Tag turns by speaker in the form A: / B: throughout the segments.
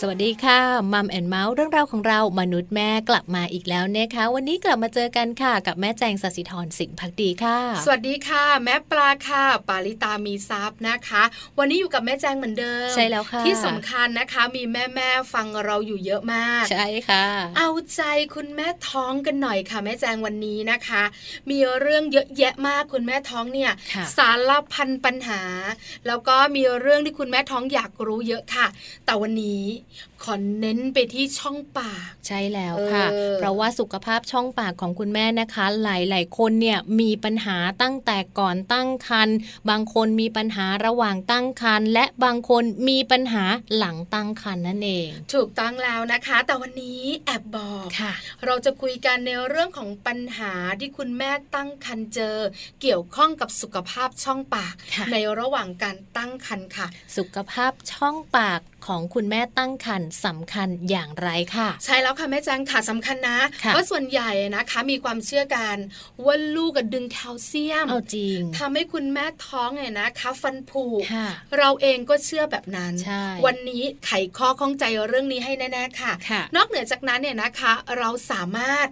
A: สวัสดีค่ะมัมแอนเมาส์เรื่องราวของเรามนุษย์แม่กลับมาอีกแล้วนะคะ วันนี้กลับมาเจอกันค่ะ กับแม่แจงสัสิธรสินพักดีค่ะ
B: สวัสดีค่ะ แม่ปลาค่ะ ปาลิตามีซับนะคะ วันนี้อยู่กับแม่แจงเหมือนเดิม
A: ใช่แล้วค่ะ
B: ที่สำคัญนะคะ มีแม่แม่ๆฟังเราอยู่เยอะมาก
A: ใช่ค่ะ
B: เอาใจคุณแม่ท้องกันหน่อยค่ะ แม่แจงวันนี้นะคะ มีเรื่องเยอะแยะมากคุณแม่ท้องเนี่ย
A: ค่ะ
B: สารพันปัญหา แล้วก็มีเรื่องที่คุณแม่ท้องอยากรู้เยอะค่ะ แต่วันนี้ขอเน้นไปที่ช่องปาก
A: ใช่แล้วค่ะ
B: เออ
A: เพราะว่าสุขภาพช่องปากของคุณแม่นะคะ หลาย ๆ คนเนี่ยมีปัญหาตั้งแต่ก่อนตั้งครรภ์บางคนมีปัญหาระหว่างตั้งครรภ์และบางคนมีปัญหาหลังตั้งครรภ์นั่นเอง
B: ถูกต้องแล้วนะคะ แต่วันนี้แอบบอก
A: ค่ะ
B: เราจะคุยกันในเรื่องของปัญหาที่คุณแม่ตั้งครรภ์เจอ เกี่ยวข้องกับสุขภาพช่องปาก
A: ค่ะ
B: ในระหว่างการตั้งครรภ์ค่ะ
A: สุขภาพช่องปากของคุณแม่ตั้งครรภ์สำคัญอย่างไรค่ะ
B: ใช่แล้วค่ะแม่แจงค่ะสำคัญนะ
A: ค่ะ
B: เพราะส่วนใหญ่นะคะมีความเชื่อกันว่าลูกอะดึงแคลเซียม
A: เอาจริง
B: ทำให้คุณแม่ท้องเนี่ยนะคะฟันผุ
A: ค่ะ
B: เราเองก็เชื่อแบบนั้น
A: ใช่
B: วันนี้ไขข้อข้องใจเรื่องนี้ให้แน่ๆค่ะ
A: ค่ะ
B: นอกเหนือจากนั้นเนี่ยนะคะ เราสามารถ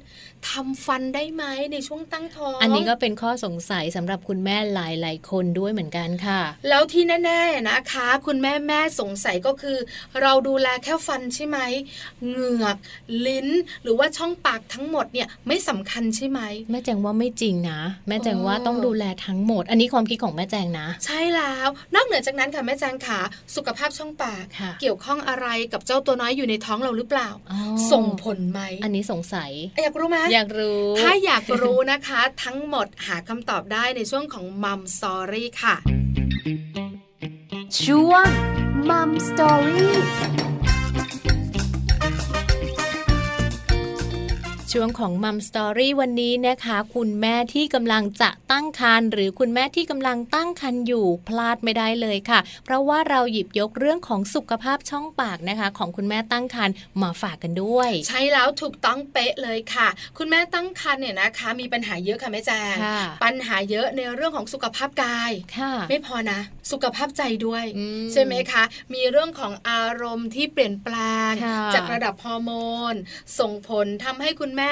B: ทำฟันได้ไหมในช่วงตั้งท้อง
A: อันนี้ก็เป็นข้อสงสัยสำหรับคุณแม่หลายๆ คนด้วยเหมือนกันค่ะ
B: แล้วที่แน่ๆนะคะ คุณแม่แม่สงสัยก็คือ เราดูแลแค่ฟันใช่ไหมเหงือก ลิ้น หรือว่าช่องปากทั้งหมดเนี่ยไม่สำคัญใช่ไหม
A: แม่แจงว่าไม่จริงนะ แม่แจงว่า
B: อ๋อ
A: ต้องดูแลทั้งหมด อันนี้ความคิดของแม่แจงนะ
B: ใช่แล้ว นอกเหนือจากนั้นค่ะแม่แจงขาสุขภาพช่องปาก
A: ค่ะ
B: เกี่ยวข้องอะไรกับเจ้าตัวน้อยอยู่ในท้องเราหรือเปล่า
A: อ๋อ
B: ส่งผลไหม
A: อันนี้สงสัย
B: อยากรู้ไหม
A: อยากรู้
B: ถ้าอยากรู้นะคะ ทั้งหมดหาคำตอบได้ในช่วงของมัมสอรี่ค่ะ
C: ช่วงมัมสตอรี่
A: ช่วงของมัมสตอรี่วันนี้นะคะ คุณแม่ที่กำลังจะตั้งครรภ์หรือคุณแม่ที่กำลังตั้งครรภ์อยู่พลาดไม่ได้เลยค่ะ เพราะว่าเราหยิบยกเรื่องของสุขภาพช่องปากนะคะ ของคุณแม่ตั้งครรภ์มาฝากกันด้วย
B: ใช่แล้วถูกต้องเป๊ะเลยค่ะ คุณแม่ตั้งครรภ์เนี่ยนะคะ มีปัญหาเยอะค่ะแม่แจง
A: ค่ะ
B: ปัญหาเยอะในเรื่องของสุขภาพกาย
A: ค่ะ
B: ไม่พอนะ สุขภาพใจด้วย
A: อื
B: ใช่ไหมคะ มีเรื่องของอารมณ์ที่เปลี่ยนแปลง
A: ค่ะ
B: จากระดับฮอร์โมน ส่งผลทำให้คุณแม่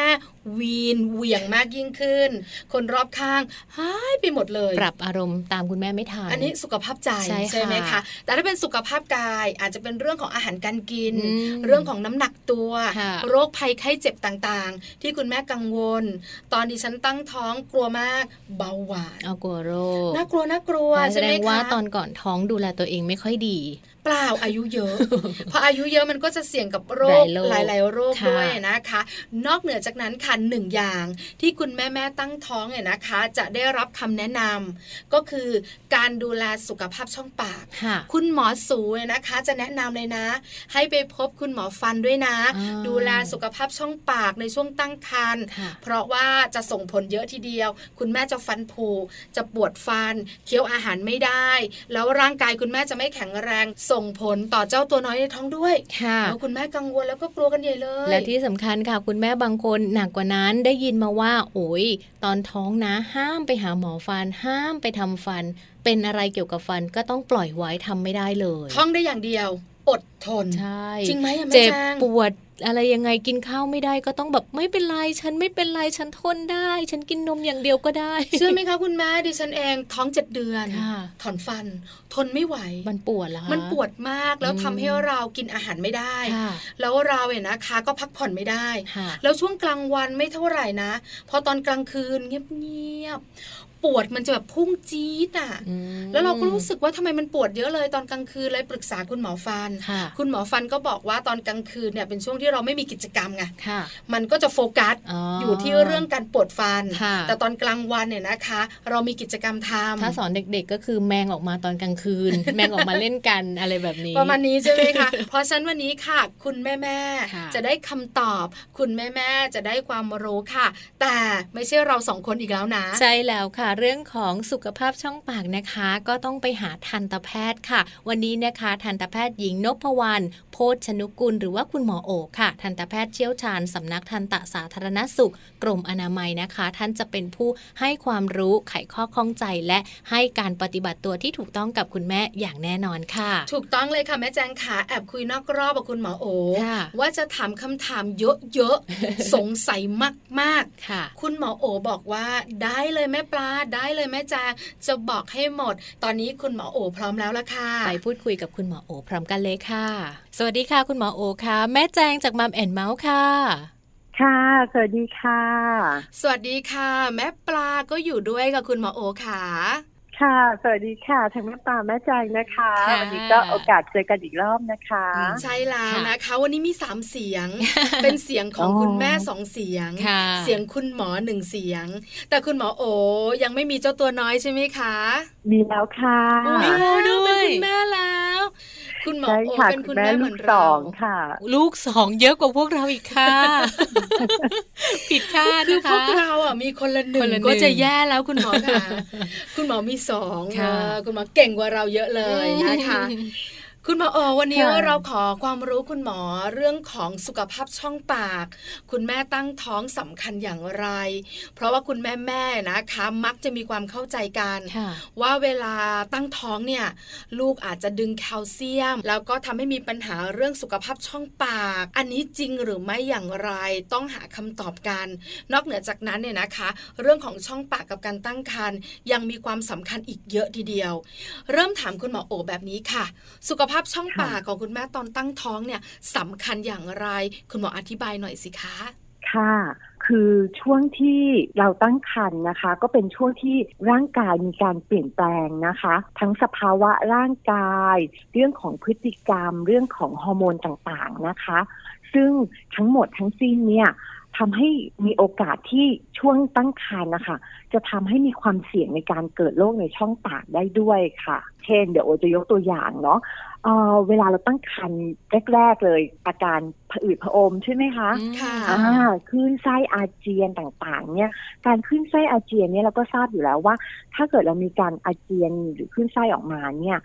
B: วีนเหวี่ยงมากยิ่งขึ้น คนรอบข้างหายไปหมดเลย
A: ปรับอารมณ์ตามคุณแม่ไม่ทัน
B: อันนี้สุขภาพใจ
A: ใช่ค่ะ
B: ไหมคะ แต่ถ้าเป็นสุขภาพกายอาจจะเป็นเรื่องของอาหารการกิน
A: อืม
B: เรื่องของน้ำหนักตัว
A: ค่ะ
B: โรคภัยไข้เจ็บต่างๆ ที่คุณแม่กังวล ตอนดิฉันตั้งท้องกลัวมากเบาหวาน
A: เอากลัวโรค
B: น่ากลัวน่ากลัว
A: แส
B: ใช่
A: ด
B: ไหม
A: ง
B: คะ
A: ว่าตอนก่อนท้องดูแลตัวเองไม่ค่อยดี
B: เปล่าอายุเยอะ พออายุเยอะมันก็จะเสี่ยงกับโรค
A: ห
B: ห
A: ลายโรค
B: ลาย ๆ โรค
A: ค่ะ
B: ด้วยนะคะ นอกเหนือจากนั้นค่ะหนึ่งอย่างที่คุณแม่แม่ๆตั้งท้องเนี่ยนะคะ จะได้รับคำแนะนำก็คือการดูแลสุขภาพช่องปาก
A: ค่ะ
B: คุณหมอสูเนี่ยนะคะ จะแนะนำเลยนะ ให้ไปพบคุณหมอฟันด้วยนะ
A: อ่า
B: ดูแลสุขภาพช่องปากในช่วงตั้งครรภ์
A: ค่ะ
B: เพราะว่าจะส่งผลเยอะทีเดียว คุณแม่จะฟันผุจะปวดฟัน เคี้ยวอาหารไม่ได้ แล้วร่างกายคุณแม่จะไม่แข็งแรง ส่งผลต่อเจ้าตัวน้อยในท้องด้วย
A: ค่ะ
B: แล้วคุณแม่กังวลแล้วก็กลัวกันใหญ่เลย
A: และที่สำคัญค่ะ คุณแม่บางคนหนักกว่านั้นได้ยินมาว่า โอ้ยตอนท้องนะ ห้ามไปหาหมอฟัน ห้ามไปทำฟัน เป็นอะไรเกี่ยวกับฟันก็ต้องปล่อยไว้ทำไม่ได้เลย
B: ท้องได้อย่างเดียว อดทน
A: ใช่
B: จริงไหมอะแม่
A: เจ็บ
B: แจง
A: ปวดอะไรยังไงกินข้าวไม่ได้ก็ต้องแบบไม่เป็นไรฉันไม่เป็นไรฉันทนได้ ฉันกินนมอย่างเดียวก็ได้
B: เชื่อไหมคะคุณแม่ดิฉันเองท้องเจ็ดเดือน
A: ค่ะ
B: ถอนฟัน ทนไม่ไหว
A: มันปวดเหรอคะ
B: มันปวดมากแล้ว
A: อืม
B: ทำให้เรากินอาหารไม่ได้
A: ค่ะ
B: แล้วเราเนี่ยนะคะก็พักผ่อนไม่ได้
A: ค่ะ
B: แล้วช่วงกลางวันไม่เท่าไหร่นะ พอตอนกลางคืนเงียบๆปวดมันจะแบบพุ่งจี๊ดอ่ะ
A: อืม
B: แล้วเราก็รู้สึกว่าทำไมมันปวดเยอะเลยตอนกลางคืนเลยปรึกษาคุณหมอฟัน
A: ค่ะ
B: คุณหมอฟันก็บอกว่าตอนกลางคืนเนี่ยเป็นช่วงที่เราไม่มีกิจกรรมไง
A: ค่ะ
B: มันก็จะโฟกัสอยู่ที่เรื่องการปวดฟัน
A: ค่ะ
B: แต่ตอนกลางวันเนี่ยนะคะ เรามีกิจกรรมท
A: ถ้า
B: ำ
A: สอนเด็กๆก็คือแมงออกมาตอนกลางคื น แมงออกมาเล่นกันอะไรแบบนี้
B: ประมาณนี้ใช่ไหม คะ เพราะฉะนั้นวันนี้ค่ะ คุณแม่แม่ๆ
A: ค่ะ
B: จะได้คำตอบ คุณแม่แม่ๆจะได้ความรู้ค่ะ แต่ไม่ใช่เราสองคนอีกแล้วนะ
A: ใช่แล้วค่ะ เรื่องของสุขภาพช่องปากนะคะ ก็ต้องไปหาทันตแพทย์ค่ะ วันนี้นะคะทันตแพทย์หญิงนพวรรณโพชนุกุล หรือว่าคุณหมอโอ ค่ะ ทันตแพทย์เชี่ยวชาญสำนักทันตสาธารณสุข กรมอนามัยนะคะ ท่านจะเป็นผู้ให้ความรู้ไขข้อข้องใจและให้การปฏิบัติตัวที่ถูกต้องกับคุณแม่อย่างแน่นอนค่ะ
B: ถูกต้องเลยค่ะแม่แจงขาแอบคุยนอกรอบกับคุณหมอโอ
A: ค่ะ
B: ว่าจะถามคำถามเยอะๆ สงสัยมาก
A: ค่ะ
B: ๆ คุณหมอโอบอกว่าได้เลยแม่ปลาได้เลยแม่แจงจะบอกให้หมด ตอนนี้คุณหมอโอพร้อมแล้วละค่ะ
A: ไปพูดคุยกับคุณหมอโอพร้อมกันเลยค่ะ สวัสดีค่ะคุณหมอโอค่ะ แม่แจงจากมัมแอนเมาส์ค่ะ
D: ค่ะ สวัสดีค่ะ
B: สวัสดีค่ะ แม่ปลาก็อยู่ด้วยกับคุณหมอโอค่ะ
D: ค่ะ สวัสดีค่ะทางแม่ปลาแม่ใจนะคะ
A: ค่ะ
D: วันี้ก็โอกาสเจอกันอีกรอบนะคะ
B: ใช่แล้ว
A: ค่ะ
B: นะคะ วันนี้มีสามเสียง เป็นเสียงของ
D: อ๋อ
B: คุณแม่สองเสียง
A: ค่ะ
B: เสียงคุณหมอหนึ่งเสียง แต่คุณหมอโอยังไม่มีเจ้าตัวน้อยใช่ไหมคะ
D: มีแล้วค่ะ
B: อุ๊ย
A: าว
B: เป็น
A: ด้วย
B: คุณแม่แล้ว คุณหมอ
D: ใช่
B: โอ
D: ค่ะ
B: เป็น
D: คุ
B: คุณ ณ
D: แม่
B: แม่เห
D: ลู
B: มือก น
D: ส
B: เรา
D: องค่ะ
A: ลูกสองเยอะกว่าพวกเราอีกค่ะ ผิดคาด
B: คือ
A: นะคะ
B: พวกเราอ่ะมีคนละหนึ่
A: ค
B: ง
A: นละหนึ่ง
B: ก็จะแย่แล้วคุณหมอค่ะ คุณหมอมีสอง
A: ค่ะ
B: เออคุณหมอเก่งกว่าเราเยอะเลยนะคะ คุณหมอโอวันนี้
D: ค่ะ
B: เราขอความรู้คุณหมอเรื่องของสุขภาพช่องปาก คุณแม่ตั้งท้องสำคัญอย่างไร เพราะว่าคุณแม่แม่ๆนะคะมักจะมีความเข้าใจกัน
A: ค่ะ
B: ว่าเวลาตั้งท้องเนี่ยลูกอาจจะดึงแคลเซียม แล้วก็ทำให้มีปัญหาเรื่องสุขภาพช่องปาก อันนี้จริงหรือไม่อย่างไรต้องหาคำตอบกัน นอกเหนือจากนั้นเนี่ยนะคะ เรื่องของช่องปากกับการตั้งครรภ์ยังมีความสำคัญอีกเยอะทีเดียว เริ่มถามคุณหมอโอแบบนี้ค่ะ สุขภาพช่องปากของคุณแม่ตอนตั้งท้องเนี่ยสำคัญอย่างไร คุณหมออธิบายหน่อยสิคะ
D: ค่ะ คือช่วงที่เราตั้งครรภ์นะคะ ก็เป็นช่วงที่ร่างกายมีการเปลี่ยนแปลงนะคะ ทั้งสภาวะร่างกาย เรื่องของพฤติกรรม เรื่องของฮอร์โมนต่างๆนะคะ ซึ่งทั้งหมดทั้งสิ้นเนี่ยทำให้มีโอกาสที่ช่วงตั้งครรภ์นะคะ จะทำให้มีความเสี่ยงในการเกิดโรคในช่องปากได้ด้วยค่ะ เช่น เดี๋ยวโอจะยกตัวอย่างเนาะเอ่อเวลาเราตั้งครรภ์แรกๆเลย อาการผะอืดผะอมใช่ไหมคะ
B: ค่ะ
D: อ่าคลื่นไส้อาเจียนต่างๆ เนี่ย การคลื่นไส้อาเจียนเนี่ยเราก็ทราบอยู่แล้วว่า ถ้าเกิดเรามีการอาเจียนหรือคลื่นไส้ออกมาเนี่ย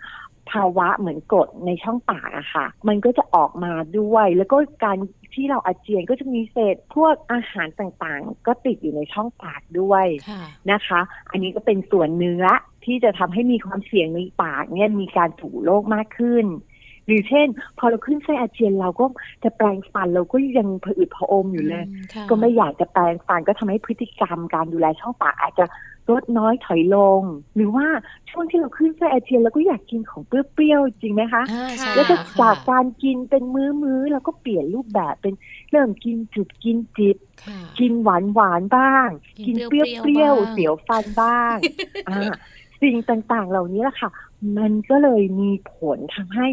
D: ภาวะเหมือนกรดในช่องปากอะค่ะ มันก็จะออกมาด้วย แล้วก็การที่เราอาเจียนก็จะมีเศษพวกอาหารต่างๆ ก็ติดอยู่ในช่องปากด้วย
A: ค่ะ
D: นะคะ อันนี้ก็เป็นส่วนหนึ่งละที่จะทำให้มีความเสี่ยงในปากเนี่ยมีการถูโรคมากขึ้น หรือเช่น พอเราขึ้นไส้อาเจียนเราก็จะแปรงฟันเราก็ยังผะอืดผะอมอยู่เลย
A: ค่ะ
D: ก็ไม่อยากจะแปรงฟันก็ทำให้พฤติกรรมการดูแลช่องปากอาจจะลดน้อยถอยลง หรือว่าช่วงที่เราขึ้นไส้อาเจียนเราก็อยากกินของเปรี้ยวๆจริงไหมคะ
A: อ่าใช่
D: แล้วก็
A: ค่ะ
D: จากการกินเป็นมื้อๆเราก็เปลี่ยนรูปแบบเป็นเริ่มกินจุบกินจิบ
A: ค่ะ
D: กินหวานหวานๆบ้าง
A: กิ
D: กิ
A: น
D: น
A: เป
D: เป
A: รี้
D: รี้
A: ย
D: ยว ว
A: ๆ
D: เปรี้ยว
A: บ้าง
D: ๆเสียวฟันบ้ างอ่าสิ่งต่างๆ เหล่านี้แหละค่ะ มันก็เลยมีผลทำให้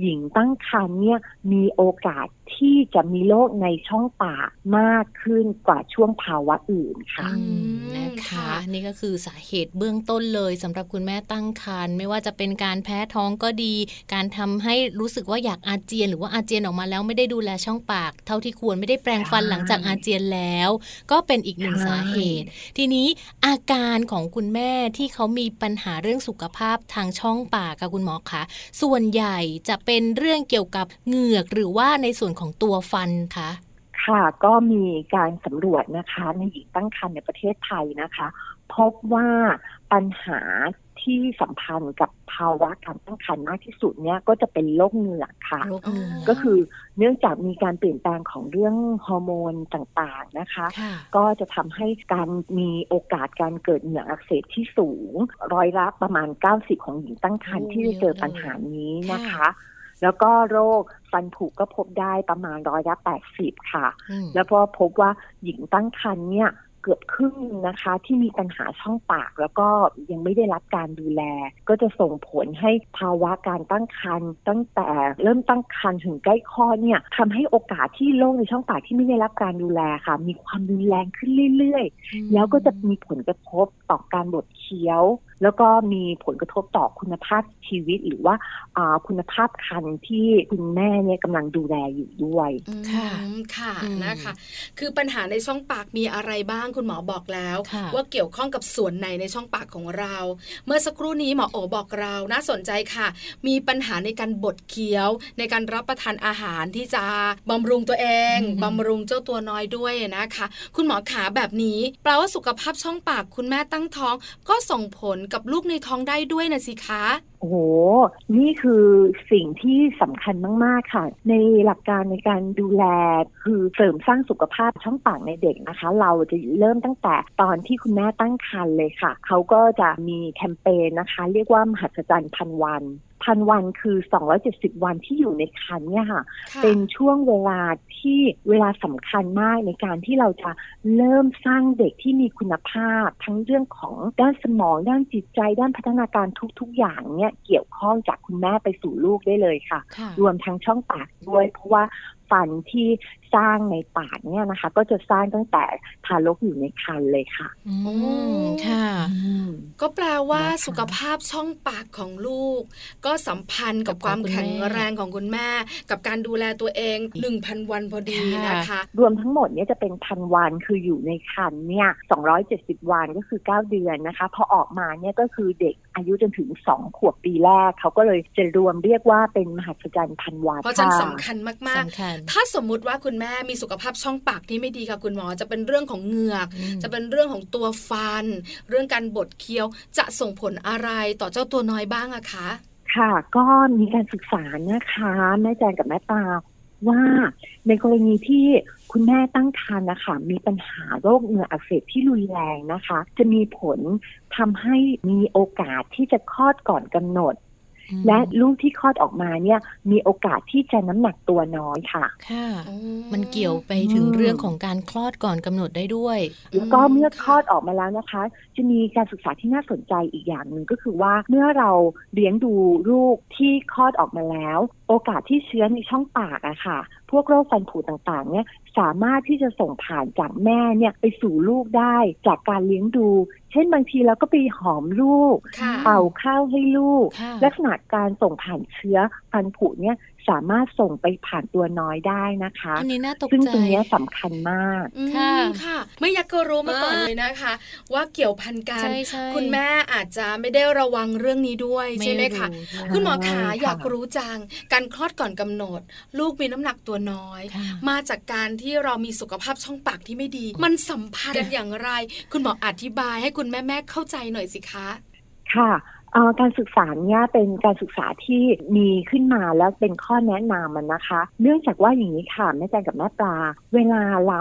D: หญิงตั้งครรภ์เนี่ยมีโอกาสที่จะมีโรคในช่องปากมากขึ้นกว่าช่วงภาวะอื่นค่ะ
A: อืมนะคะ
B: ค่ะ
A: นี่ก็คือสาเหตุเบื้องต้นเลยสำหรับคุณแม่ตั้งครรภ์ไม่ว่าจะเป็นการแพ้ท้องก็ดี การทำให้รู้สึกว่าอยากอาเจียน หรือว่าอาเจียนออกมาแล้วไม่ได้ดูแลช่องปาก เท่าที่ควรไม่ได้แปรงฟัน
D: ใช่
A: หลังจากอาเจียนแล้ว ก็เป็นอีกหนึ่ง
D: ใช่
A: สาเหตุ ทีนี้อาการของคุณแม่ที่เขามีปัญหาเรื่องสุขภาพทางช่องปากค่ะคุณหมอคะส่วนใหญ่จะเป็นเรื่องเกี่ยวกับเหงือกหรือว่าในส่วนของตัวฟันคะ
D: ค่ะก็มีการสำรวจนะคะในหญิงตั้งครรภ์ในประเทศไทยนะคะ พบว่าปัญหาที่สัมพันธ์กับภาวะการตั้งครรภ์มากที่สุดเนี่ยก็จะเป็นโรคเหงือกค่ะ
A: โรคเหงือ
D: ก็คือเนื่องจากมีการเปลี่ยนแปลงของเรื่องฮอร์โมนต่างๆนะคะ
A: ค่ะ
D: ก็จะทำให้การมีโอกาสการเกิดเหงือกอักเสบที่สูง ร้อยละประมาณ 90 ของหญิงตั้งครรภ์
A: โอ้
D: ที่จะเจอปัญหานี้นะคะ
A: ค่ะ
D: แล้วก็โรคฟันผุก็พบได้ประมาณร้อยละ 80 ค่ะ
A: อืม
D: แล้วก็พบว่าหญิงตั้งครรภ์เนี่ยเกือบครึ่งหนึ่งนะคะ ที่มีปัญหาช่องปาก แล้วก็ยังไม่ได้รับการดูแล ก็จะส่งผลให้ภาวะการตั้งครรภ์ตั้งแต่เริ่มตั้งครรภ์ถึงใกล้คลอดเนี่ยทำให้โอกาสที่โรคในช่องปากที่ไม่ได้รับการดูแลค่ะ มีความรุนแรงขึ้นเรื่อยๆ แล้วก็จะมีผลกระทบต่อการบดเคี้ยว แล้วก็มีผลกระทบต่อคุณภาพชีวิต หรือว่าอ่าคุณภาพคันที่คุณแม่เนี่ยกำลังดูแลอยู่ด้วย
B: อืม
A: ค่ะ
B: ค่ะ
A: อืม
B: นะคะ คือปัญหาในช่องปากมีอะไรบ้างคุณหมอบอกแล้ว
A: ค่ะ
B: ว่าเกี่ยวข้องกับส่วนไหนในช่องปากของเรา เมื่อสักครู่นี้หมอโอบอกเราน่าสนใจค่ะ มีปัญหาในการบดเคี้ยว ในการรับประทานอาหารที่จะบำรุงตัวเอง
A: อืม
B: บำรุงเจ้าตัวน้อยด้วยนะคะ คุณหมอขาแบบนี้แปลว่าสุขภาพช่องปากคุณแม่ตั้งท้อง ก็ส่งผลกับลูกในท้องได้ด้วยนะสิคะ
D: โอ้โห นี่คือสิ่งที่สำคัญมาก ๆ ค่ะ ในหลักการในการดูแลคือเสริมสร้างสุขภาพช่องปากในเด็กนะคะ เราจะเริ่มตั้งแต่ตอนที่คุณแม่ตั้งครรภ์เลยค่ะ เขาก็จะมีแคมเปญนะคะ เรียกว่ามหัศจรรย์พันวันพันวันคือ 270 วันที่อยู่ในครรภ์เนี่ยค่ะ
B: ค่ะ
D: เป็นช่วงเวลาที่เวลาสำคัญมากในการที่เราจะเริ่มสร้างเด็กที่มีคุณภาพ ทั้งเรื่องของด้านสมอง ด้านจิตใจ ด้านพัฒนาการทุก ๆ อย่างเนี่ยเกี่ยวข้องจากคุณแม่ไปสู่ลูกได้เลยค่ะ
A: ค่ะ
D: รวมทั้งช่องปากด้วย เพราะว่าฟันที่สร้างในปากเนี่ยนะคะ ก็จะสร้างตั้งแต่ทารกอยู่ในครรภ์เลยค่ะ
A: อืมค่ะ
B: ก็แปลว่า
A: นะคะ
B: สุขภาพช่องปากของลูก ก็สัมพันธ์กับ
A: กับ
B: ความ
A: คุณ
B: แข็ง
A: แม่
B: แรงของคุณแม่ กับการดูแลตัวเอง 1,000 วันพอดี
A: ค่ะ
B: นะคะ
D: รวมทั้งหมดเนี่ยจะเป็นพันวันคืออยู่ในคันเนี่ย270 วันก็คือ 9 เดือนนะคะ พอออกมาเนี่ยก็คือเด็กอายุจนถึง 2 ขวบปีแรก เขาก็เลยจะรวมเรียกว่าเป็นมหัศจรรย์พันวัน
B: เพราะฉะนั้น
D: ค่ะ
B: สำคัญมาก
A: สำคัญ
B: ๆ ถ้าสมมุติว่าคุณแม่มีสุขภาพช่องปากที่ไม่ดีค่ะคุณหมอจะเป็นเรื่องของเหงือก
A: อืม
B: จะเป็นเรื่องของตัวฟัน เรื่องการบดเคี้ยวจะส่งผลอะไรต่อเจ้าตัวน้อยบ้างอะคะ
D: ค่ะก็มีการศึกษานะคะแม่แจงกับแม่ปลาว่าในกรณีที่คุณแม่ตั้งครรภ์นะคะมีปัญหาโรคเหงื่ออักเสบที่รุนแรงนะคะ จะมีผลทำให้มีโอกาสที่จะคลอดก่อนกำหนด และลูกที่คลอดออกมาเนี่ยมีโอกาสที่จะน้ำหนักตัวน้อยค่ะ
A: ค่ะ มันเกี่ยวไปถึงเรื่องของการคลอดก่อนกำหนดได้ด้วย
D: แล้วก็เมื่อคลอด
B: ค่ะ
D: ออกมาแล้วนะคะ จะมีการศึกษาที่น่าสนใจอีกอย่างหนึ่งก็คือว่าเมื่อเราเลี้ยงดูลูกที่คลอดออกมาแล้ว โอกาสที่เชื้อในช่องปากอะค่ะ พวกโรคฟันผุต่างๆ เนี่ยสามารถที่จะส่งผ่านจากแม่เนี่ยไปสู่ลูกได้จากการเลี้ยงดู เช่นบางทีเราก็ไปหอมลูก
B: ค่ะ
D: เป่าข้าวให้ลูก
A: ค่ะ
D: ลักษณะการส่งผ่านเชื้อฟันผุเนี่ยสามารถส่งไปผ่านตัวน้อยได้นะคะ
A: อันนี้น่าตก
D: ซึ่ง
A: ใจ
D: ตรงเนี้ยสำคัญมาก
B: อืม
A: ค่ะ
B: ค่ะ ไม่อยากก็รู้มาก่อนเลยนะคะ ว่าเกี่ยวพันกัน
A: ใช่ใช่
B: คุณแม่อาจจะไม่ได้ระวังเรื่องนี้ด้วยใช่ไหมคะ
A: รู้ด้วย
B: คุณหมอขา
D: ใช่ค่ะ
B: อยากรู้จัง การคลอดก่อนกำหนด ลูกมีน้ำหนักตัวน้อย
A: ค่ะ
B: มาจากการที่เรามีสุขภาพช่องปากที่ไม่ดี มันสัมพันธ์กันอย่างไร คุณหมออธิบายให้คุณแม่แม่ๆเข้าใจหน่อยสิคะ
D: ค่ะเอ่อการศึกษาเนี่ยเป็นการศึกษาที่มีขึ้นมาแล้วเป็นข้อแนะนำมันนะคะ เนื่องจากว่าอย่างนี้ค่ะแม่แจงกับแม่ปลา เวลาเรา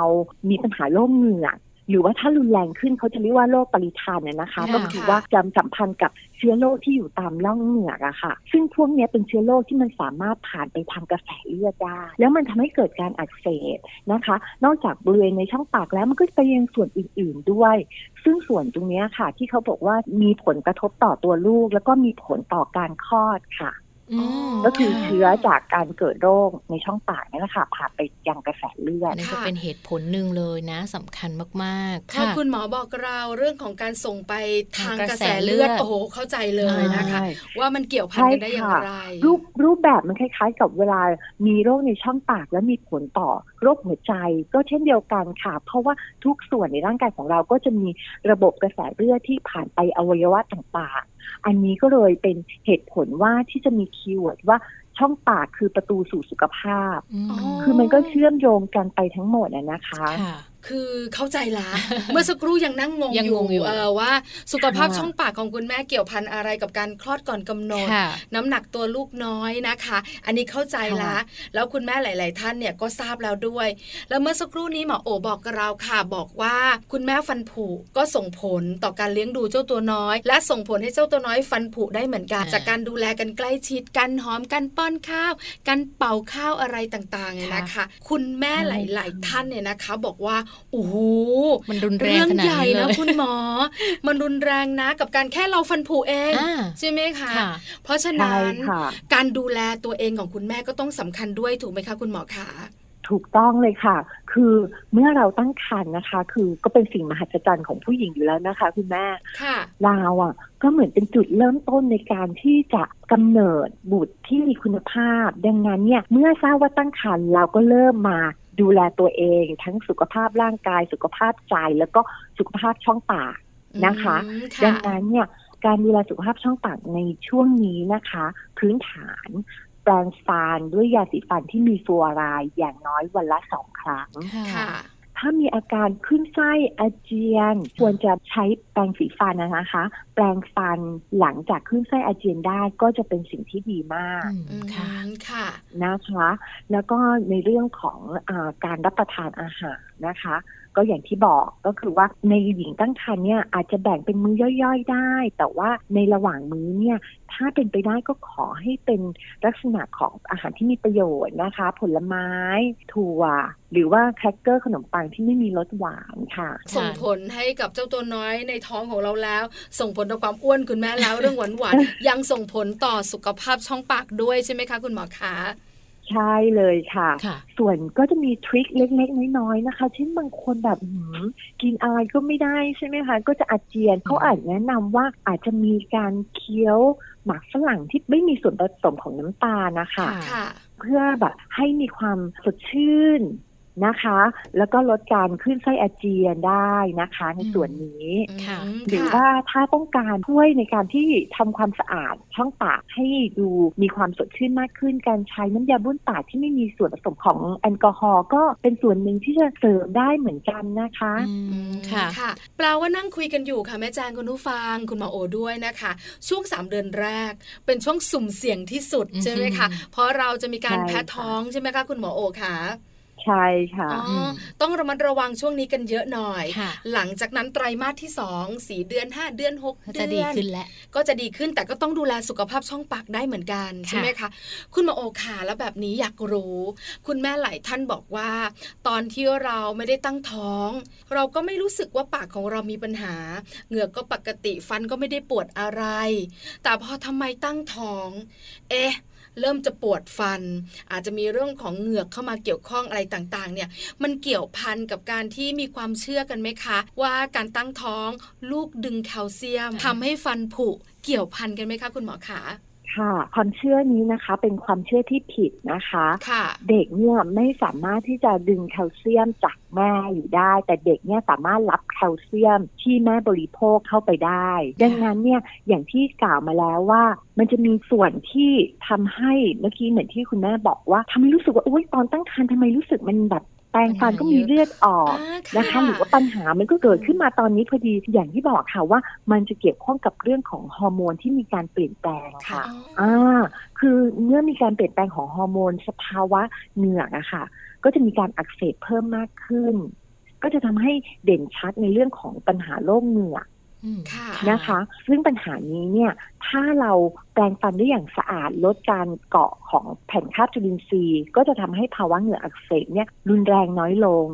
D: มีปัญหาโรคเหงือกหรือว่าถ้ารุนแรงขึ้นเขาจะเรียกว่าโรคปริทานเนี่ยนะคะ
A: ค่ะ
D: ก็คือว่าจำสัมพันธ์กับเชื้อโรคที่อยู่ตามร่องเหงือกอะค่ะ ซึ่งพวกเนี้ยเป็นเชื้อโรคที่มันสามารถผ่านไปทางกระแสเลือดได้ แล้วมันทำให้เกิดการอักเสบนะคะ นอกจากบริเวณในช่องปากแล้วมันก็ไปยังส่วนอื่น ๆด้วย ซึ่งส่วนตรงเนี้ยค่ะ ที่เขาบอกว่ามีผลกระทบต่อตัวลูก แล้วก็มีผลต่อการคลอดค่ะ
A: อืม
D: ก็คือ
A: ค่ะ
D: เชื้อจากการเกิดโรคในช่องปากนี่แหละค่ะผ่านไปยังกระแสเลือด
A: นั่นก็เป็นเหตุผลหนึ่งเลยนะสำคัญมากๆ
B: ถ้าคุณหมอบอกเราเรื่องของการส่งไปทาง
A: ทาง
B: ก
A: ก
B: ระ
A: ระ
B: แส
A: แสเลื
B: เลือ
A: อ
B: ด
A: ด
B: โอ้โหเข้าใจเลยนะคะ ว่ามันเกี่ยวพันกันได้อย่างไร
D: รูปรูปแบบมันคล้ายๆ กับเวลามีโรคในช่องปากและมีผลต่อโรคหัวใจ ก็เช่นเดียวกันค่ะ เพราะว่าทุกส่วนในร่างกายของเราก็จะมีระบบกระแสเลือดที่ผ่านไปอวัยวะต่างๆ อันนี้ก็เลยเป็นเหตุผลว่าที่จะมีคีย์เวิร์ดว่าช่องปากคือประตูสู่สุขภาพ
A: อืม
B: อ๋อ
D: คือมันก็เชื่อมโยงกันไปทั้งหมดอะนะคะ
A: ค่ะ
B: คือเข้าใจละ เมื่อสักครู่ยังนั่งงง
A: ยังงงอยู่
B: เออว่า สุขภาพ
D: ค่ะ
B: ช่องปากของคุณแม่เกี่ยวพันอะไรกับการคลอดก่อนกำหนด
A: ค่ะ
B: น้ำหนักตัวลูกน้อยนะคะ อันนี้เข้าใจละ
D: ค่ะ
B: แล้วคุณแม่หลาย ๆ ท่านเนี่ยก็ทราบแล้วด้วย แล้วเมื่อสักครู่นี้หมอโอบอกกับเราค่ะ บอกว่าคุณแม่ฟันผุก็ส่งผลต่อการเลี้ยงดูเจ้าตัวน้อย และส่งผลให้เจ้าตัวน้อยฟันผุได้เหมือนกัน
A: อ่า
B: จากการดูแลกันใกล้ชิดกันหอมกันป้อนข้าวกันเป่าข้าวอะไรต่างๆเนี่ยนะคะ คุณแม่ห
A: ใช่
B: ลาย ๆ ท่านเนี่ยนะคะบอกว่าโอ้โห
A: มันรุนแรง
B: เรื่อง
A: ขนาด
B: ใหญ่
A: นี้เล
B: นะ
A: ย
B: คุณหมอ มันรุนแรงนะกับการแค่เราฟันผุเอง
A: อ่า
B: ใช่ไหมคะ
A: ค่ะ
B: เพราะฉะ
D: ใช่
B: นั้น
D: ค่ะ
B: การดูแลตัวเองของคุณแม่ก็ต้องสำคัญด้วยถูกไหมคะคุณหมอขา
D: ถูกต้องเลยค่ะ คือเมื่อเราตั้งครรภ์นะคะ คือก็เป็นสิ่งมหัศจรรย์ของผู้หญิงอยู่แล้วนะคะคุณแม่
B: ค่ะ
D: เราอ่ะก็เหมือนเป็นจุดเริ่มต้นในการที่จะกำเนิดบุตรที่มีคุณภาพ ดังนั้นเนี่ยเมื่อทราบว่าตั้งครรภ์เราก็เริ่มมาดูแลตัวเอง ทั้งสุขภาพร่างกาย สุขภาพใจ แล้วก็สุขภาพช่องปาก นะคะ
B: อืม
D: ดั
B: ค่ะ
D: งนั้นเนี่ยการดูแลสุขภาพช่องปากในช่วงนี้นะคะ พื้นฐาน แปรงฟันด้วยยาสีฟันที่มีฟลูออไรด์อย่างน้อยวันละสองครั้ง
A: ค่ะ
B: ค่ะ
D: ถ้ามีอาการขึ้นไส้อาเจียน ควรจะใช้แปรงสีฟันนะคะ แปรงฟันหลังจากขึ้นไส้อาเจียนได้ก็จะเป็นสิ่งที่ดีมาก
A: อื
B: อื
A: ม
B: ม
A: ค่ะ
B: ค่ะ
D: นะคะ แล้วก็ในเรื่องของอาการรับประทานอาหารนะคะ ก็อย่างที่บอกก็คือว่าในหญิงตั้งครรภ์เนี่ยอาจจะแบ่งเป็นมื้อย่อยๆได้ แต่ว่าในระหว่างมื้อเนี่ยถ้าเป็นไปได้ก็ขอให้เป็นลักษณะของอาหารที่มีประโยชน์นะคะ ผลไม้ ถั่ว หรือว่าแครกเกอร์ขนมปังที่ไม่มีรสหวานค่ะ
A: ค่ะ
B: ส่งผลให้กับเจ้าตัวน้อยในท้องของเราแล้ว ส่งผลต่อความอ้วนคุณแม่ แล้ว เรื่องหวานหวานๆยังส่งผลต่อสุขภาพช่องปากด้วยใช่ไหมคะคุณหมอคะ
D: ใช่เลยค่ะ
A: ค่ะ
D: ส่วนก็จะมีทริคเล็กๆ น้อยๆนะคะ เช่นบางคนแบบหืมกินอะไรก็ไม่ได้ใช่ไหมคะ ก็จะอาเจียนเขาอาจแนะนำว่าอาจจะมีการเคี้ยวหมากฝรั่งที่ไม่มีส่วนผสมของน้ำตาลนะคะ
A: ค่ะ
B: ค่ะ
D: เพื่อแบบให้มีความสดชื่นนะคะ แล้วก็ลดการขึ้นไส้อาเจียนได้นะคะ ในส่วนนี้
A: ค่ะ
B: อืม
D: หรือ
B: ค่ะ
D: ว่าถ้าต้องการช่วยในการที่ทำความสะอาดช่องปากให้ดูมีความสดชื่นมากขึ้น การใช้น้ำยาบ้วนปากที่ไม่มีส่วนผสมของแอลกอฮอล์ก็เป็นส่วนหนึ่งที่จะเสริมได้เหมือนกันนะคะ
A: อืมค่ะ
B: ค่ะแปลว่านั่งคุยกันอยู่ค่ะแม่แจงคุณผู้ฟังคุณหมอโอด้วยนะคะ ช่วง 3 เดือนแรก เป็นช่วงสุ่มเสี่ยงที่สุด
A: อือหือ
B: ใช่ไหมคะเพราะเราจะมีการ
D: ใช่
B: แพ้
D: ค่ะ
B: ท้องใช่ไหมคะคุณหมอโอค่ะ
D: ใช่ค่ะ
B: อ๋ออต้องระมัดระวังช่วงนี้กันเยอะหน่อย
A: ค่ะ
B: หลังจากนั้นไตรมาสที่สองสี่เดือน 5 เดือน
A: ก็
B: 6 เดื
A: จะ
B: อน
A: ดีขึ้นแล้ว
B: ก็จะดีขึ้นแต่ก็ต้องดูแลสุขภาพช่องปากได้เหมือนกัน
A: ค่ะ
B: ใช่ไหมคะ คุณหมอโอค่ะแล้วแบบนี้อยากรู้ คุณแม่หลายท่านบอกว่า ตอนที่เราไม่ได้ตั้งท้อง เราก็ไม่รู้สึกว่าปากของเรามีปัญหา เหงือกก็ปกติฟันก็ไม่ได้ปวดอะไร แต่พอทำไมตั้งท้อง เอ๊ะ เริ่มจะปวดฟัน อาจจะมีเรื่องของเหงือกเข้ามาเกี่ยวข้องอะไรต่างๆ เนี่ย มันเกี่ยวพันกับการที่มีความเชื่อกันไหมคะ ว่าการตั้งท้องลูกดึงแคลเซียมทำให้ฟันผุเกี่ยวพันกันไหมคะคุณหมอขา
D: ค่ะ ความเชื่อนี้นะคะ เป็นความเชื่อที่ผิดนะคะ
B: ค่ะ
D: เด็กเนี่ยไม่สามารถที่จะดึงแคลเซียมจากแม่อยู่ได้ แต่เด็กเนี่ยสามารถรับแคลเซียมที่แม่บริโภคเข้าไปได้ ดังนั้นเนี่ยอย่างที่กล่าวมาแล้วว่า มันจะมีส่วนที่ทำให้เมื่อกี้เหมือนที่คุณแม่บอกว่าทำให้รู้สึกว่าโอ๊ยตอนตั้งครรภ์ทำไมรู้สึกมันแบบแปรงฟันก็มีเลือดออก
B: อ่า
D: นะคะหรือว่าปัญหามันก็เกิดขึ้นมาตอนนี้พอดีอย่างที่บอกค่ะว่ามันจะเกี่ยวข้องกับเรื่องของฮอร์โมนที่มีการเปลี่ยนแปลง
B: อ๋
D: ค่ะ
B: อ
D: อ่า คือเมื่อมีการเปลี่ยนแปลงของฮอร์โมนสภาวะเหงือกอะค่ะ ก็จะมีการอักเสบเพิ่มมากขึ้น ก็จะทำให้เด่นชัดในเรื่องของปัญหาโรคเหงือก
A: อืม
B: ค่ะ
A: น
D: นะคะ ซึ่งปัญหานี้เนี่ย ถ้าเราแปรงฟันได้อย่างสะอาดลดการเกาะของแผ่นคราบจุลินทรีย์ ก็จะทำให้ภาวะเหงือกอักเสบเนี่ยรุนแรงน้อยลง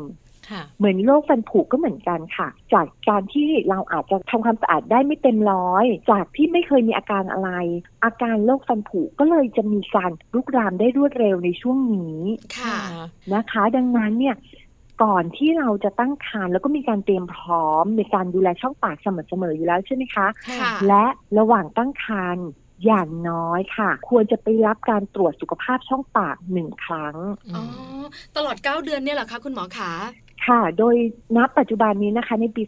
A: ค่ะ
D: เหมือนโรคฟันผุก็เหมือนกันค่ะ จากการที่เราอาจจะทำความสะอาดได้ไม่เต็มร้อย จากที่ไม่เคยมีอาการอะไร อาการโรคฟันผุก็เลยจะมีการลุกรามได้รวดเร็วในช่วงนี้
B: ค่ะ
D: นะคะ ดังนั้นเนี่ยก่อนที่เราจะตั้งครรภ์แล้วก็มีการเตรียมพร้อมในการดูแลช่องปากเสมอๆอยู่แล้วใช่ไหมคะ
B: ค่ะ
D: และระหว่างตั้งครรภ์อย่างน้อยค่ะ ควรจะไปรับการตรวจสุขภาพช่องปากหนึ่งครั้ง
A: อื
B: อ๋อ
A: ม
B: ตลอด 9 เดือนเนี่ยเหรอคะคุณหมอขา
D: ค่ะ โดยณปัจจุบันนี้นะคะ ในปี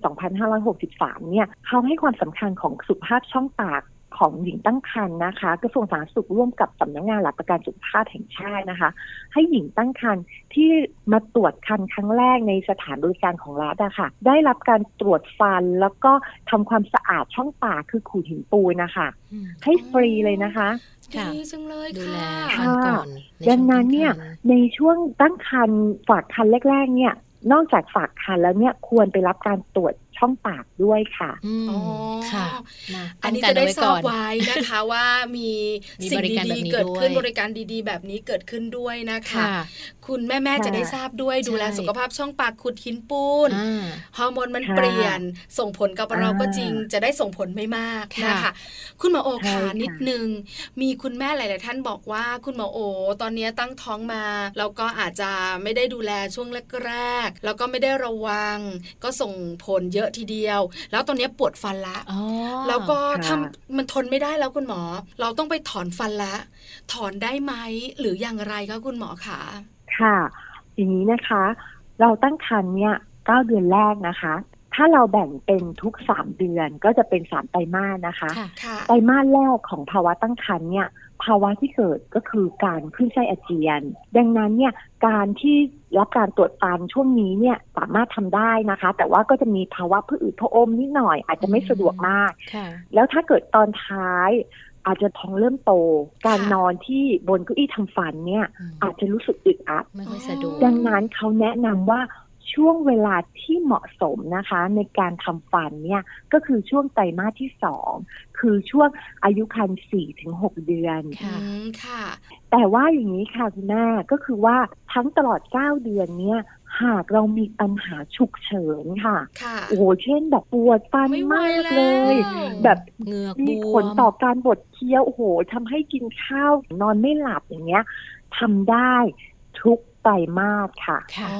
D: 2563 เนี่ย เขาให้ความสำคัญของสุขภาพช่องปากของหญิงตั้งครรภ์นะคะ กระทรวงสาธารณสุขร่วมกับสำนักงานหลักประกันสุขภาพแห่งชาตินะคะ ให้หญิงตั้งครรภ์ที่มาตรวจครรภ์ครั้งแรกในสถานบริการของรัฐอะคะ่ะ ได้รับการตรวจฟันแล้วก็ทำความสะอาดช่องปากคือขูดหินปูนนะคะ
A: อืม
D: ให้ฟรีเลยนะคะ
A: ค่ะ
B: ดีจังเลย
A: ดูแล
B: ค่ะ
A: ฟันก่อนใช่ว
D: ดังนั้นเนี่ย
A: สำคัญ
D: ในช่วงตั้งครรภ์ฝากครรภ์แรก ๆ เนี่ยนอกจากฝากครรภ์แล้วเนี่ยควรไปรับการตรวจ ช่องปากด้วยค่ะ
A: อืม
B: อ๋อ
A: ค่ะนะ
B: อันนี้
A: ป้งกั
B: จะได้
A: เว้
B: ทรา
A: ก่
B: บ
A: อน
B: ไว้นะคะว่ามี
A: มี
B: สิ่ง
A: บริการแบ
B: ดี
A: บนี้
B: ๆเกิดขึ้น
A: ด้วย
B: บริการดีๆ แบบนี้เกิดขึ้นด้วยนะคะ
A: ค่ะ
B: คุณแม่ ๆ จะได้ทราบด้วย
A: ใช่
B: ดูแลสุขภาพช่องปากขุดหินปูน
A: อ่า
B: ฮอร์โมนมัน
D: ค่ะ
B: เปลี่ยน ส่งผลกับเราก็
D: อ่า
B: จริง จะได้ส่งผลไม่มาก
A: ค่ะ
B: นะคะ คุณหมอโอ
D: ใช่
B: ขา
D: ค่ะ
B: นิดนึง มีคุณแม่หลาย ๆ ท่านบอกว่าคุณหมอโอ ตอนนี้ตั้งท้องมา แล้วก็อาจจะไม่ได้ดูแลช่วงแรก ๆ แล้วก็ไม่ได้ระวัง ก็ส่งผลเยอะทีเดียว แล้วตอนนี้ปวดฟันละ
A: อ๋อ
B: แล้วก็ถ้า
D: ค่ะ
B: มันทนไม่ได้แล้วคุณหมอ เราต้องไปถอนฟันละ ถอนได้ไหมหรืออย่างไรคะคุณหมอคะ
D: ค่ะอย่างนี้นะคะ เราตั้งครรภ์เนี่ยเก้าเดือนแรกนะคะ ถ้าเราแบ่งเป็นทุกสามเดือนก็จะเป็นสามไตรมาสนะคะ
A: ค่ะ
B: ค่ะ
D: ไตรมาสแรกของภาวะตั้งครรภ์เนี่ยภาวะที่เกิดก็คือการขึ้นไส้อาเจียน ดังนั้นเนี่ยการที่รับการตรวจฟันช่วงนี้เนี่ยสามารถทำได้นะคะ แต่ว่าก็จะมีภาวะผืดอืดผะอมนิดหน่อย อาจจะไม่สะดวกมาก
A: ค่ะ
D: แล้วถ้าเกิดตอนท้าย อาจจะท้องเริ่มโต การ
B: ค่ะ
D: นอนที่บนเก้าอี้ทำฟันเนี่ย
A: อืม
D: อาจจะรู้สึกอึดอัด
A: ไม่ค่อยสะดวก
D: ดังนั้นเขาแนะนำว่าช่วงเวลาที่เหมาะสมนะคะ ในการทำฟันเนี่ยก็คือช่วงไตรมาสที่สองคือช่วงอายุครรภ์สี่ถึงหกเดือน
A: ค่ะ
B: อืมค่ะ
D: แต่ว่าอย่างนี้ค่ะคุณแม่ก็คือว่าทั้งตลอด 9 เดือนเนี่ยหากเรามีปัญหาฉุกเฉินค่ะ
B: ค่ะ
D: โอ้โหเช่นแบบปวดฟัน
B: ไม่ไหว
D: มาก
B: แล้ว
D: เลย
B: อืม
D: แบบ
A: เหงือกบ
D: มีผ
A: ว
D: ล
A: ม
D: ต่อการบดเคี้ยวโอ้โหทำให้กินข้าวนอนไม่หลับอย่างเงี้ยทำได้ทุกไตรมาสค่ะ
A: ค่ะ
B: อ๋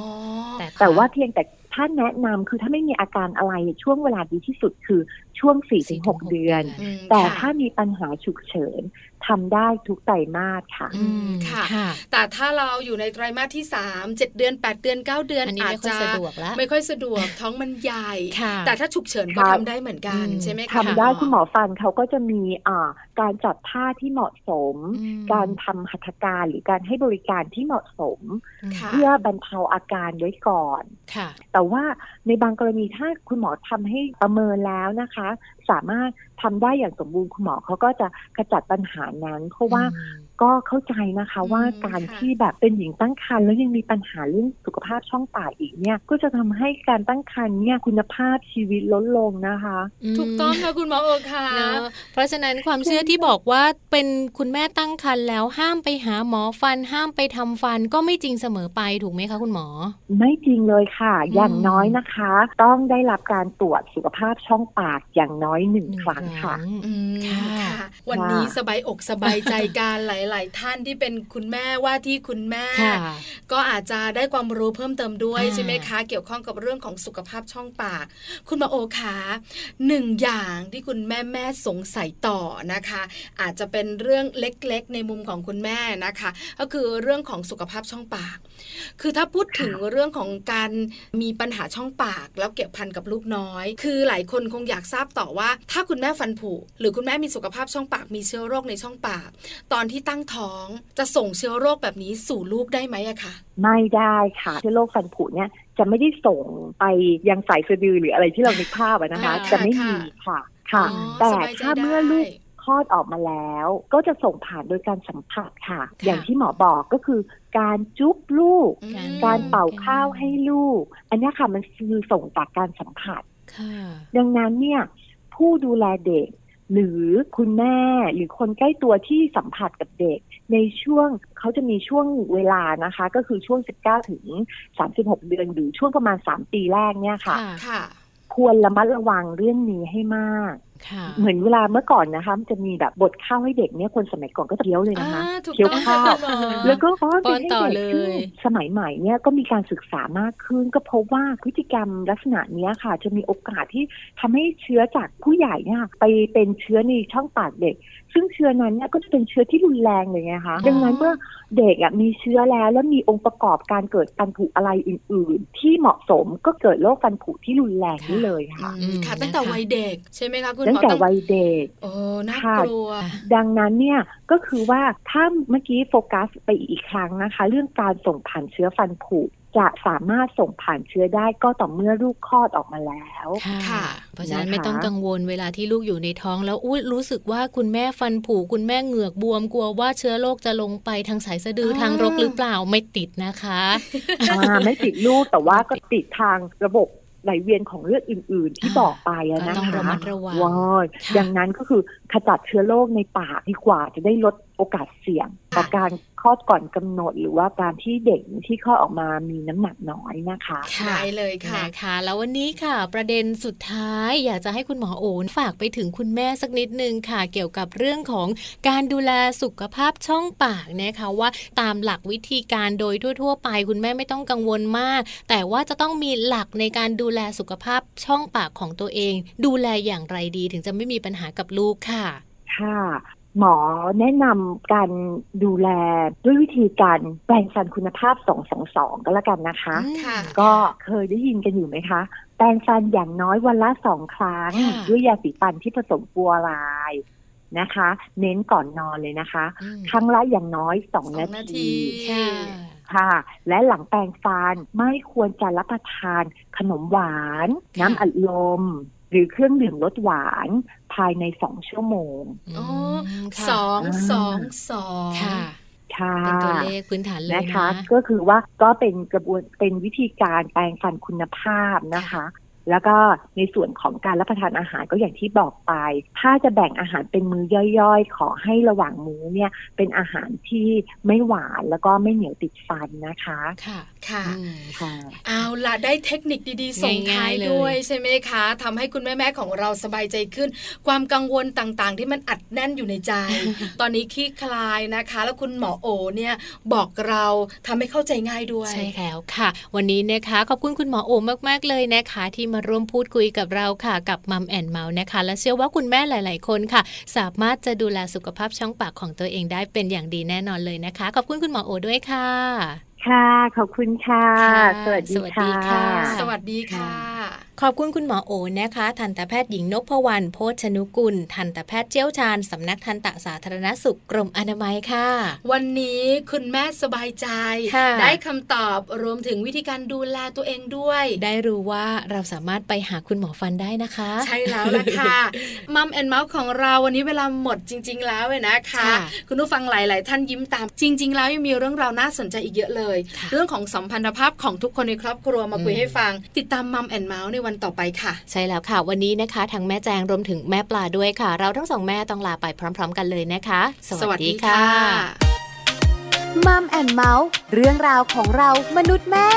B: อ
D: แต่ว่าเพียงแต่ท่านแนะนำคือถ้าไม่มีอาการอะไรช่วงเวลาดีที่สุดคือช่วง 4-6
A: 4-6
D: เดือน
B: อืม
D: แต่
B: ค่ะ
D: ถ้ามีปัญหาฉุกเฉินทำได้ทุกไตรมาสค่ะ
A: อืม
B: ค่ะ
A: ค่ะ
B: แต่ถ้าเราอยู่ในไตรมาสที่สามเจ็ดเดือนแปดเดือนเก้าเดือน
A: อันนี้ไม่ค่อย
B: จะ
A: สะดวกละ
B: ไม่ค่อยสะดวกท้องมันใหญ่
A: ค่ะ
B: แต่ถ้าฉุกเฉินก็
D: ครับ
B: ทำได้เหมือนกัน
A: อืม
B: ใช่ไหมคะ
D: ทำได้คุณหมอฟันเขาก็จะมีอ่าการจัดท่าที่เหมาะสม
A: อืม
D: การทำหัตถการหรือการให้บริการที่เหมาะสม
B: ค่ะ
D: เพื่อบรรเทาอาการไว้ก่อน
A: ค่ะ
D: แต่ว่าในบางกรณีถ้าคุณหมอทำให้ประเมินแล้วนะคะ สามารถทำได้อย่างสมบูรณ์คุณหมอเขาก็จะกระจัดปัญหานั้น เพราะว่า ก็เข้าใจนะคะ
B: อืม
D: ว่าการ
B: ค่ะ
D: ที่แบบเป็นหญิงตั้งครรภ์แล้วยังมีปัญหาเรื่องสุขภาพช่องปากอีกเนี่ย ก็จะทำให้การตั้งครรภ์เนี่ยคุณภาพชีวิตลดลงนะคะ
A: อืม
B: ถูกต้องค่ะคุณหมอโอค่ะ
A: เนอะเพราะฉะนั้นความเชื่อที่บอกว่าเป็นคุณแม่ตั้งครรภ์แล้วห้ามไปหาหมอฟัน ห้ามไปทำฟันก็ไม่จริงเสมอไปถูกไหมคะคุณหมอ
D: ไม่จริงเลยค่ะ
A: อืม
D: อย่างน้อยนะคะ ต้องได้รับการตรวจสุขภาพช่องปากอย่างน้อยหนึ่งครั้งค่ะ
A: หนึ่ง
B: อืม
A: ค่ะ
B: ค่ะ วันนี้
D: ว่า
B: สบายอกสบายใจการหลาย ๆ ท่านที่เป็นคุณแม่ว่าที่คุณแม่
A: ครั้ง
B: ก็อาจจะได้ความรู้เพิ่มเติมด้วย
A: อ่า
B: ใช่ไหมคะ เกี่ยวข้องกับเรื่องของสุขภาพช่องปาก คุณหมาโอขาหนึ่งอย่างที่คุณแม่แม่สงสัยต่อนะคะ อาจจะเป็นเรื่องเล็กๆ ในมุมของคุณแม่นะคะ ก็คือเรื่องของสุขภาพช่องปาก คือถ้าพูดถึงเรื่องของการมีปัญหาช่องปาก แล้วเก็บพันกับลูกน้อย คือหลายคนคงอยากทราบต่อว่า ถ้าคุณแม่ฟันผุหรือคุณแม่มีสุขภาพช่องปากมีเชื้อโรคในช่องปาก ตอนที่ตั้งท้องจะส่งเชื้อโรคแบบนี้สู่ลูกได้ไหมอะคะ
D: ไม่ได้ค่ะเชื้อโรคฟันผุเนี่ยจะไม่ได้ส่งไปยังสายสะดือหรืออะไรที่เรานึกภาพอะนะคะ
B: อ่า
D: จะไม่
B: ค่ะ
D: มีค่ะค่ะ
A: อ๋อ
D: แต่
B: สบยใจ
D: ถ้าเมื่อลูก
B: ได้
D: คลอดออกมาแล้ว ก็จะส่งผ่านโดยการสัมผัสค่ะ
A: ค่ะ
D: อย่างที่หมอบอกก็คือ การจุ๊บลูก
B: อืม
D: การเป่าข้าวให้ลูก อันเนี้ยค่ะมันคือส่งจากการสัมผัส
A: ค่ะ
D: ดังนั้นเนี่ยผู้ดูแลเด็ก หรือคุณแม่หรือคนใกล้ตัวที่สัมผัสกับเด็ก ในช่วงเขาจะมีช่วงเวลานะคะ ก็คือช่วง 19 ถึง 36 เดือนหรือช่วงประมาณ 3 ปีแรกเนี่ยค่ะ
B: ค่ะ
D: ควรระมัดระวังเรื่องนี้ให้มาก
A: ค่ะ
D: เหมือนเวลาเมื่อก่อนนะคะมันจะมีแบบบดข้าวให้เด็กเนี่ยคนสมัยก่อนก็จะเคี้ยวเลยนะคะ
B: อ่าถูก
D: เคี้ยว
B: ต้อง
D: ข้า
B: ค่ะ
D: ว
B: คุณหมอ
D: แล้วก็ป้อนไป
A: ป้อน
D: ให้
A: ต่อ
D: เด็ก
A: เลย
D: ซึ่งสมัยใหม่เนี่ยก็มีการศึกษามากขึ้น ก็พบว่าพฤติกรรมลักษณะเนี้ยค่ะ จะมีโอกาสที่ทำให้เชื้อจากผู้ใหญ่เนี่ยไปเป็นเชื้อในช่องปากเด็ก ซึ่งเชื้อนั้นเนี่ยก็จะเป็นเชื้อที่รุนแรงเลยไงคะ
A: อ๋อ
D: ดังนั้นเมื่อเด็กอ่ะมีเชื้อแล้วแล้วมีองค์ประกอบการเกิดฟันผุอะไรอื่น ๆ ที่เหมาะสมก็เกิดโรคฟันผุที่รุนแรงนี่เลยค่ะ
B: อืมค่ะ ตั้งแต่
A: นะคะ
B: วัยเด็ก ใช่ไหมคะคุณหมอ
D: ตั้งแต่วัยเด็ก
B: โอ้น่ากลัว
D: ดังนั้นเนี่ยก็คือว่าถ้าเมื่อกี้โฟกัสไปอีกครั้งนะคะ เรื่องการส่งผ่านเชื้อฟันผุจะสามารถส่งผ่านเชื้อได้ก็ต่อเมื่อลูกคลอดออกมาแล้ว
B: ค่ะ
A: เพราะฉะนั้น
D: นะคะ
A: ไม่ต้องกังวลเวลาที่ลูกอยู่ในท้องแล้วอุ้ยรู้สึกว่าคุณแม่ฟันผุคุณแม่เหงือกบวมกลัวว่าเชื้อโรคจะลงไปทางสายสะดืออ
B: อ
A: ทางรกหรือเปล่าไม่ติดนะคะ
D: อ่าไม่ติดลูกแต่ว่าก็ติดทางระบบ ไหลเวียนของเลือดอื่น ๆ ที่บอกไปอะ
A: ก็
D: นะ
A: ต้องระ
D: คะ
A: มัดระวัง
D: ว้าย
A: ค่ะ
D: ดังนั้นก็คือขจัดเชื้อโรคในปากดีกว่าจะได้ลดโอกาสเสี่ยง ต่อ
B: ค่ะ
D: การคลอดก่อนกำหนดหรือว่าการที่เด็กที่คลอดออกมามีน้ำหนักน้อยนะคะ
A: ค่ะ
B: ได้เลยค่ะ
A: นะคะแล้ววันนี้ค่ะ ประเด็นสุดท้ายอยากจะให้คุณหมอโอนฝากไปถึงคุณแม่สักนิดนึงค่ะ เกี่ยวกับเรื่องของการดูแลสุขภาพช่องปากนะคะว่าตามหลักวิธีการโดยทั่ว ๆ ไป คุณแม่ไม่ต้องกังวลมาก แต่ว่าจะต้องมีหลักในการดูแลสุขภาพช่องปากของตัวเอง ดูแลอย่างไรดีถึงจะไม่มีปัญหากับลูกค่ะ
D: ค่ะหมอแนะนำการดูแลด้วยวิธีการแปรงฟันคุณภาพ 222 ก็แล้วกันนะคะ
B: ค่ะ
D: ก็เคยได้ยินกันอยู่ไหมคะ แปรงฟันอย่างน้อยวันละสองครั้ง
A: ค่ะ
D: ด้วยยาสีฟันที่ผสมฟลูออไรด์นะคะ เน้นก่อนนอนเลยนะคะ
A: อืม
D: ครั้งละอย่างน้อย
B: สอง
D: 2 นา
B: นา
D: ที
B: ที
A: ค่ะ
D: ค่ะ และหลังแปรงฟันไม่ควรจะรับประทานขนมหวาน
A: ค่ะ
D: น้ำอัดลม หรือเครื่องดื่มรสหวานภายใน 2 ชั่วโมง
B: อ๋อ
A: มค่ะ
B: สองสองสอง
A: ค่ะ
D: ค่ะ
A: เป็นตัวเลขพื้นฐานเลย
D: นะคะ
A: นะ
D: ก็คือว่าก็เป็นกระบวนเป็นวิธีการแปลงฟันคุณภาพนะคะ แล้วก็ในส่วนของการรับประทานอาหารก็อย่างที่บอกไป ถ้าจะแบ่งอาหารเป็นมื้อย่อยๆ ขอให้ระหว่างมื้อเนี่ยเป็นอาหารที่ไม่หวานแล้วก็ไม่เหนียวติดฟันนะคะ
A: ค่ะ
B: ค่ะ
A: อืม
D: ค่ะ
B: เอาล่ะได้เทคนิคดีๆ ส่งท้าย
A: ง่ายๆเลย
B: ด้วยใช่ไหมคะทำให้คุณแม่ๆของเราสบายใจขึ้น ความกังวลต่างๆ ที่มันอัดแน่นอยู่ในใจ ตอนนี้คลี่คลายนะคะ แล้วคุณหมอโอเนี่ยบอกเราทำให้เข้าใจง่ายด้วย
A: ใช่แล้วค่ะ วันนี้นะคะขอบคุณคุณหมอโอมมาก ๆ เลยนะคะ ที่มาร่วมพูดคุยกับเราค่ะ กับมัมแอนเมาส์นะคะ และเชื่อว่าคุณแม่หลาย ๆ คนค่ะ สามารถจะดูแลสุขภาพช่องปากของตัวเองได้เป็นอย่างดีแน่นอนเลยนะคะ ขอบคุณคุณหมอโอด้วยค่ะ
D: ค่ะ ขอบคุณค่ะ
A: ค่ะ
D: สวัสดี
A: สวัสดี
D: ค่ะ
A: ค่ะ
B: สวัสดีค่ะ
A: ขอบคุณคุณหมอโอนะคะ ทันตแพทย์หญิงนพวรรณโพชนุกุล ทันตแพทย์เชี่ยวชาญสำนักทันตสาธารณสุขกรมอนามัยค่ะ
B: วันนี้คุณแม่สบายใจ
A: ค่ะ
B: ได้คำตอบรวมถึงวิธีการดูแลตัวเองด้วย
A: ได้รู้ว่าเราสามารถไปหาคุณหมอฟันได้นะคะ
B: ใช่แล้วล่ะค่ะ มัมแอนเมาส์ของเราวันนี้เวลาหมดจริง ๆ แล้วเลยนะคะ
A: ค่ะ
B: คุณผู้ฟังหลาย ๆ ท่านยิ้มตาม จริง ๆ แล้วยังมีเรื่องราวน่าสนใจอีกเยอะเลย
A: ค่ะ
B: เรื่องของสัมพันธภาพของทุกคนในครอบครัวมาคุย
A: อืม
B: ให้ฟัง ติดตามมัมแอนเมาส์ในวันต่อไปค่ะ
A: ใช่แล้วค่ะ วันนี้นะคะทั้งแม่แจงรวมถึงแม่ปลาด้วยค่ะ เราทั้งสองแม่ต้องลาไปพร้อม ๆ กันเลยนะคะ
B: สวัสดีค่ะ
C: มัมแอนเมาส์เรื่องราวของเรามนุษย์แม่